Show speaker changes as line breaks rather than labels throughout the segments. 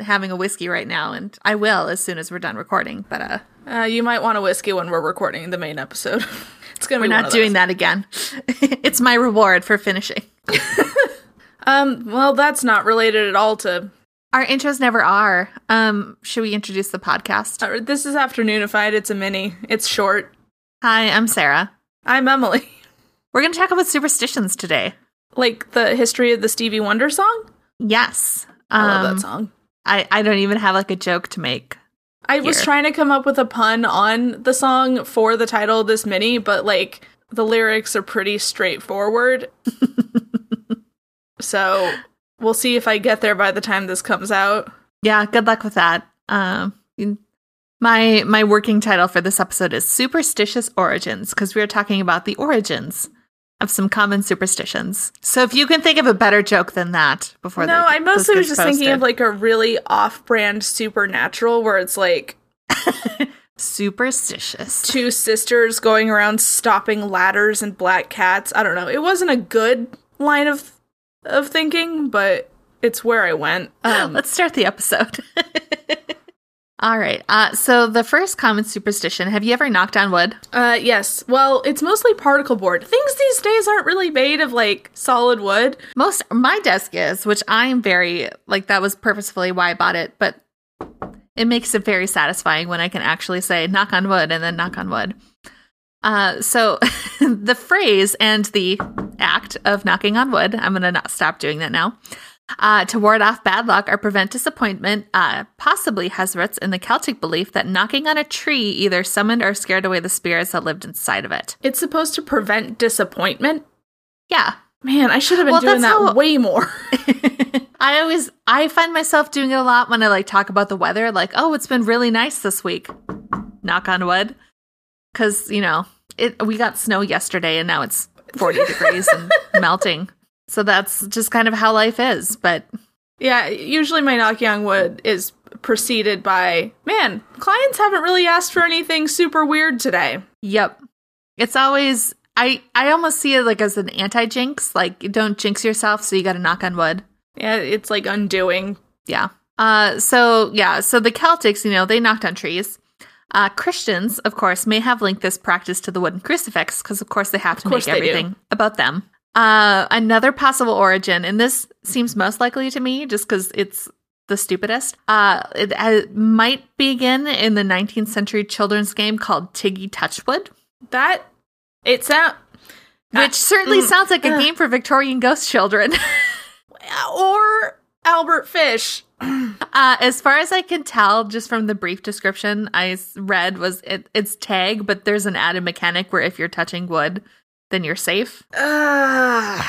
having a whiskey right now, and I will as soon as we're done recording. But uh,
Uh, you might want a whiskey when we're recording the main episode. it's gonna
we're
be
not doing that again. it's my reward for finishing.
Um, well, that's not related at all to.
Our intros never are. Um, should we introduce the podcast?
uh, This is afternoonified. It's a mini. It's short.
Hi, I'm Sarah.
I'm Emily.
We're going to talk about superstitions today.
Like the history of the Stevie Wonder song.
Yes.
I love
Um,
that song.
I, I don't even have like a joke to make.
I was
here.
trying to come up with a pun on the song for the title of this mini, but like the lyrics are pretty straightforward. so we'll see if I get there by the time this comes out.
Yeah, good luck with that. Um, you- my my working title for this episode is superstitious origins because we are talking about the origins of some common superstitions. So if you can think of a better joke than that before,
no,
the-
I mostly was
this
just
gets
thinking of
posted.
like a really off brand supernatural where it's like
superstitious.
two sisters going around stopping ladders and black cats. I don't know. It wasn't a good line of of thinking, but it's where I went. Um,
Let's start the episode. All right. Uh, so the first common superstition: Have you ever knocked on wood?
uh, yes. Well, it's mostly particle board. Things these days aren't really made of like solid wood.
Most my desk is, which I'm very like that was purposefully why I bought it, but it makes it very satisfying when I can actually say knock on wood and then knock on wood. Uh, so the phrase and the act of knocking on wood, I'm going to not stop doing that now, uh, to ward off bad luck or prevent disappointment, uh, possibly has roots in the Celtic belief that knocking on a tree either summoned or scared away the spirits that lived inside of it.
It's supposed to prevent disappointment.
Yeah,
Man, I should have been
Well,
doing
that's
that
how-
way more.
I always I find myself doing it a lot when I like talk about the weather, like, oh, it's been really nice this week. Knock on wood. Cause, you know, it we got snow yesterday and now it's forty degrees and melting. So that's just kind of how life is. But
yeah, usually my knocking on wood is preceded by, man, clients haven't really asked for anything super weird today.
yep. It's always I I almost see it like as an anti jinx, like you don't jinx yourself, so you gotta knock on wood.
Yeah, it's like undoing
Yeah. Uh, so yeah, so the Celtics, you know, they knocked on trees. Uh, Christians, of course, may have linked this practice to the wooden crucifix because, of course, they have to
course
make
they do.
everything about them. Uh, another possible origin, and this seems most likely to me, just because it's the stupidest. Uh, it, it might begin in the 19th century children's game called Tiggy Touchwood,
That it sound Ah,
which
mm.
certainly sounds like a
Ugh.
game for Victorian ghost children.
or Albert Fish.
Uh, as far as I can tell, just from the brief description I s- read, was it, it's tag, but there's an added mechanic where if you're touching wood, then you're safe.
Ugh.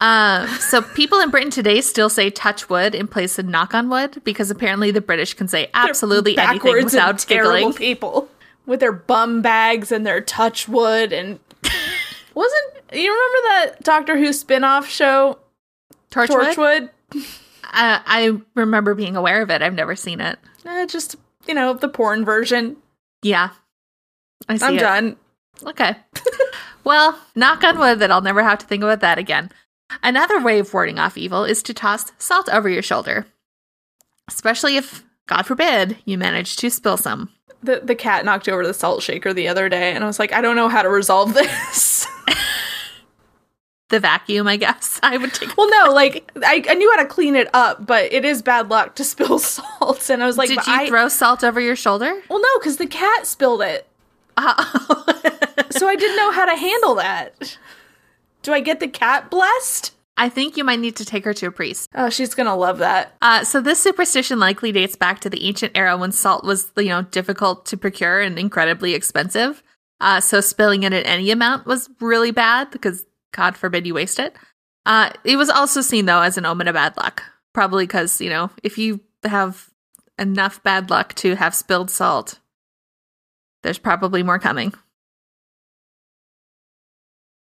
Uh, so people in Britain today still say touch wood in place of knock on wood because apparently the British can say absolutely anything
Backwards and
without
terrible
giggling.
people with their bum bags and their touch wood and wasn't you remember that Doctor Who spin-off show
Torchwood.
Torchwood?
Uh, I remember being aware of it. I've never seen it.
Eh, just you know the porn version.
Yeah, I see
I'm
it.
done.
Okay. well, knock on wood that I'll never have to think about that again. Another way of warding off evil is to toss salt over your shoulder, especially if, God forbid, you manage to spill some.
The the cat knocked over the salt shaker the other day, and I was like, I don't know how to resolve this.
The vacuum, I guess. I would take.
Well, no, like I, I knew how to clean it up, but it is bad luck to spill salt. And I was like,
Did
but
you
I,
throw salt over your shoulder?
well, no, because the cat spilled it, so I didn't know how to handle that. Do I get the cat blessed?
I think you might need to take her to a priest.
Oh, she's gonna love that.
Uh, so this superstition likely dates back to the ancient era when salt was, you know, difficult to procure and incredibly expensive. Uh, so spilling it in any amount was really bad because God forbid you waste it. Uh, it was also seen though as an omen of bad luck, probably because you know if you have enough bad luck to have spilled salt, there's probably more coming.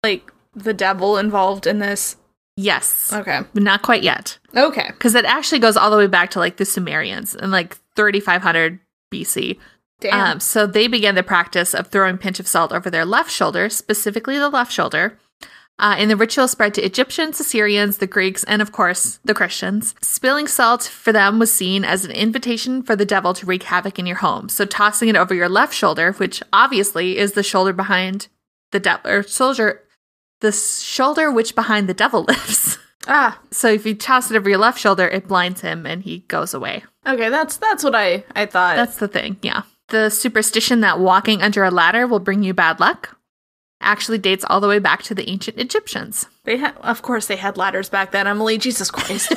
Like the devil involved in this.
Yes,
Okay,
but not quite yet.
okay.
because it actually goes all the way back to like the Sumerians and like 3500 BC.
Damn.
Um, so they began the practice of throwing a pinch of salt over their left shoulder, specifically the left shoulder, Uh, and the ritual spread to Egyptians, Assyrians, the Greeks, and of course, the Christians. Spilling salt for them was seen as an invitation for the devil to wreak havoc in your home. So tossing it over your left shoulder, which obviously is the shoulder behind the devil, or soldier, the shoulder which behind the devil lives.
Ah,
so if you toss it over your left shoulder, it blinds him and he goes away.
okay, that's that's what I I thought.
That's the thing, yeah. The superstition that walking under a ladder will bring you bad luck actually dates all the way back to the ancient Egyptians.
they had, of course, they had ladders back then. Emily, Jesus Christ,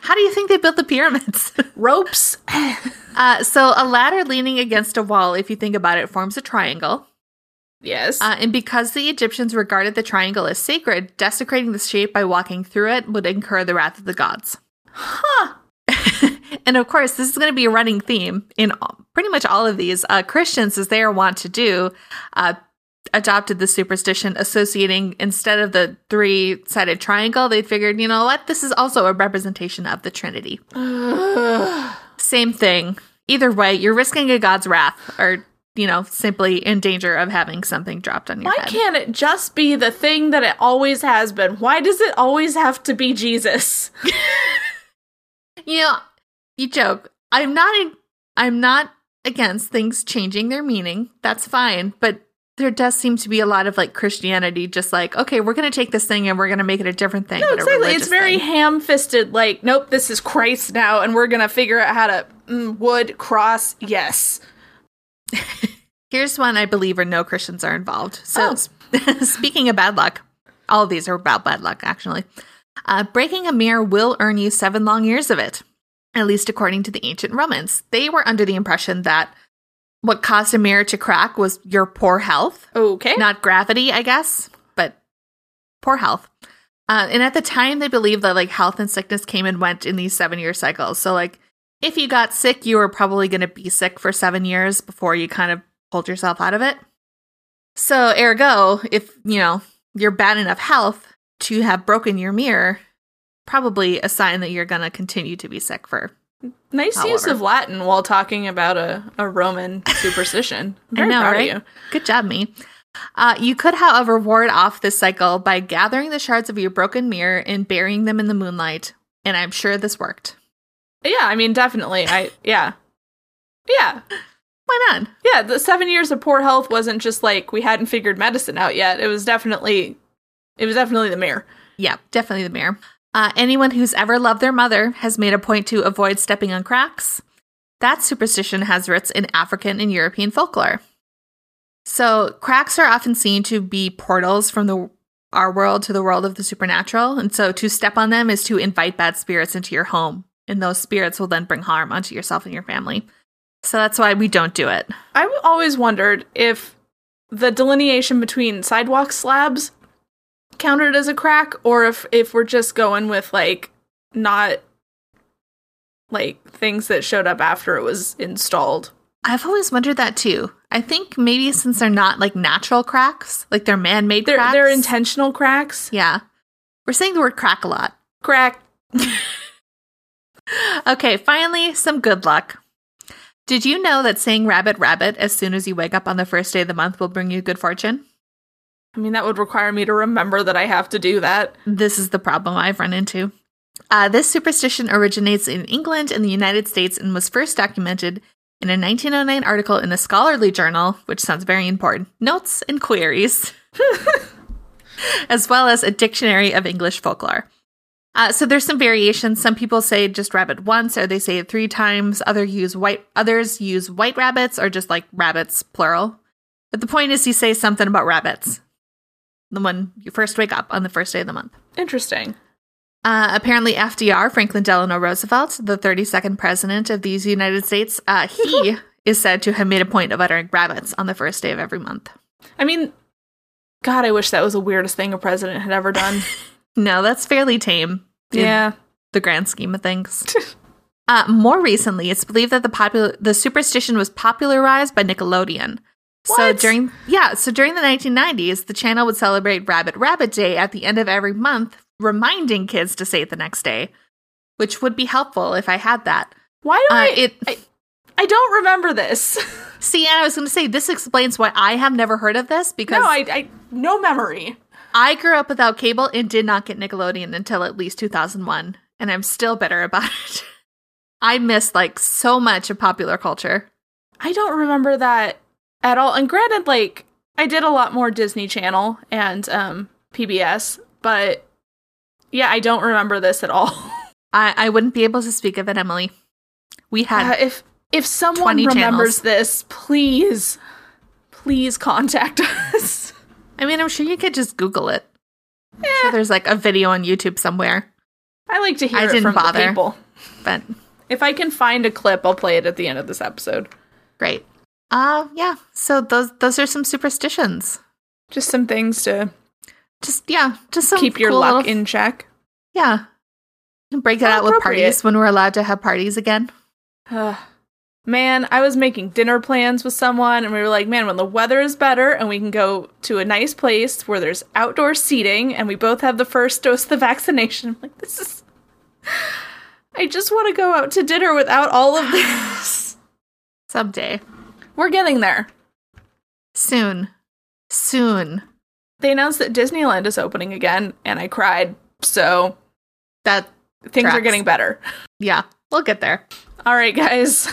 How do you think they built the pyramids?
ropes.
Uh, so, a ladder leaning against a wall, if you think about it, forms a triangle.
yes.
Uh, and because the Egyptians regarded the triangle as sacred, desecrating the shape by walking through it would incur the wrath of the gods.
huh.
And of course, this is going to be a running theme in all, pretty much all of these. Uh, Christians, as they are wont to do, uh, adopted the superstition associating instead of the three sided triangle, they figured, you know what, this is also a representation of the Trinity. Same thing. Either way, you're risking a god's wrath or, you know, simply in danger of having something dropped on your
Why
head.
can't it just be the thing that it always has been? Why does it always have to be Jesus?
you know, you joke. I'm not. In, I'm not against things changing their meaning. That's fine, but there does seem to be a lot of like Christianity, just like okay, we're gonna take this thing and we're gonna make it a different thing. but a
exactly. It's
religious
very
thing.
ham fisted, like, nope, this is Christ now, and we're gonna figure out how to mm, wood cross, yes.
Here's one I believe where no Christians are involved. So,
Oh.
s- speaking of bad luck, all of these are about bad luck, actually. Uh, breaking a mirror will earn you seven long years of it, at least according to the ancient Romans. They were under the impression that what caused a mirror to crack was your poor health,
Okay.
not gravity, I guess, but poor health. Uh, and at the time, they believed that like health and sickness came and went in these seven year cycles. So like, if you got sick, you were probably going to be sick for seven years before you kind of pulled yourself out of it. So ergo, if you know you're bad enough health to have broken your mirror, probably a sign that you're going to continue to be sick for.
nice use
however.
of Latin while talking about a, a Roman superstition. I'm
I
very
know,
proud
right?
of you.
Good job, me. Uh, you could, however, ward off this cycle by gathering the shards of your broken mirror and burying them in the moonlight. And I'm sure this worked.
Yeah, I mean, definitely. I, yeah. Yeah.
Why not?
Yeah. The seven years of poor health wasn't just like we hadn't figured medicine out yet. It was definitely, it was definitely the mirror.
Yeah, definitely the mirror. Uh, anyone who's ever loved their mother has made a point to avoid stepping on cracks. That superstition has roots in African and European folklore. So, cracks are often seen to be portals from the our world to the world of the supernatural, and so to step on them is to invite bad spirits into your home, and those spirits will then bring harm onto yourself and your family. So that's why we don't do it.
I've always wondered if the delineation between sidewalk slabs counted as a crack or if if we're just going with like not like things that showed up after it was installed.
I've always wondered that too. I think maybe since they're not like natural cracks, like they're man-made
They're
cracks.
they're intentional cracks.
Yeah. We're saying the word crack a lot.
Crack.
Okay, finally, some good luck. Did you know that saying rabbit rabbit as soon as you wake up on the first day of the month will bring you good fortune?
I mean that would require me to remember that I have to do that.
This is the problem I've run into. Uh, this superstition originates in England and the United States and was first documented in a 1909 article in the Scholarly Journal, which sounds very important, Notes and Queries, as well as a dictionary of English folklore. Uh, so there's some variations. Some people say just rabbit once, or they say it three times. Other use white. Others use white rabbits, or just like rabbits plural. But the point is, you say something about rabbits. The one you first wake up on the first day of the month.
Interesting.
Uh, apparently, FDR, Franklin Delano Roosevelt, the 32nd president of these United States, uh, he is said to have made a point of uttering rabbits on the first day of every month.
I mean God, I wish that was the weirdest thing a president had ever done.
No, that's fairly tame. in
yeah.
the grand scheme of things. uh, more recently, it's believed that the popular the superstition was popularized by Nickelodeon. So
What?
during yeah, so during the 1990s, the channel would celebrate Rabbit Rabbit Day at the end of every month, reminding kids to say it the next day, which would be helpful if I had that.
Why do
Uh,
I
it
I don't remember this.
see, and I was going to say this explains why I have never heard of this because
no, I, I no memory.
I grew up without cable and did not get Nickelodeon until at least 2001, and I'm still bitter about it. I missed like so much of popular culture.
I don't remember that at all. And granted, like I did a lot more Disney Channel and um, PBS, but yeah, I don't remember this at all.
I, I wouldn't be able to speak of it, Emily. We
Uh,
had
if if someone
20 channels.
remembers this, please, please contact us.
I mean, I'm sure you could just Google it. I'm sure there's like a video on YouTube somewhere.
I like to hear
I
it
didn't
from
bother.
the people.
But
If I can find a clip, I'll play it at the end of this episode.
great. Uh yeah. So those those are some superstitions.
Just some things to
Just yeah, just some
keep your
cool
luck
little-
in check.
Yeah. And Break it
How
out with
appropriate.
parties when we're allowed to have parties again.
Ugh. man, I was making dinner plans with someone, and we were like, man, when the weather is better and we can go to a nice place where there's outdoor seating and we both have the first dose of the vaccination. I'm like, this is. I just want to go out to dinner without all of this.
Someday.
We're getting there.
Soon. Soon.
They announced that Disneyland is opening again, and I cried. So
That
things are
Tracks.
getting better.
yeah, we'll get there.
All right, guys.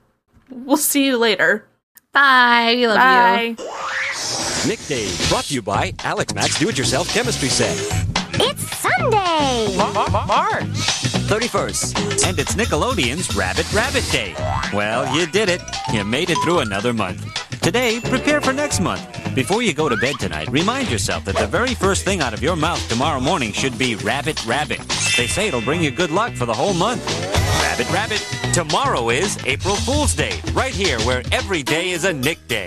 we'll see you later.
Bye. We love you.
Bye.
Nick Day, brought to you by Alec Max Do It Yourself Chemistry Set.
It's Sunday!
31st. And it's Nickelodeon's Rabbit Rabbit Day. Well, you did it. You made it through another month. Today, prepare for next month. Before you go to bed tonight, remind yourself that the very first thing out of your mouth tomorrow morning should be Rabbit Rabbit. They say it'll bring you good luck for the whole month. Rabbit Rabbit. Tomorrow is April Fool's Day, right here where every day is a Nick Day.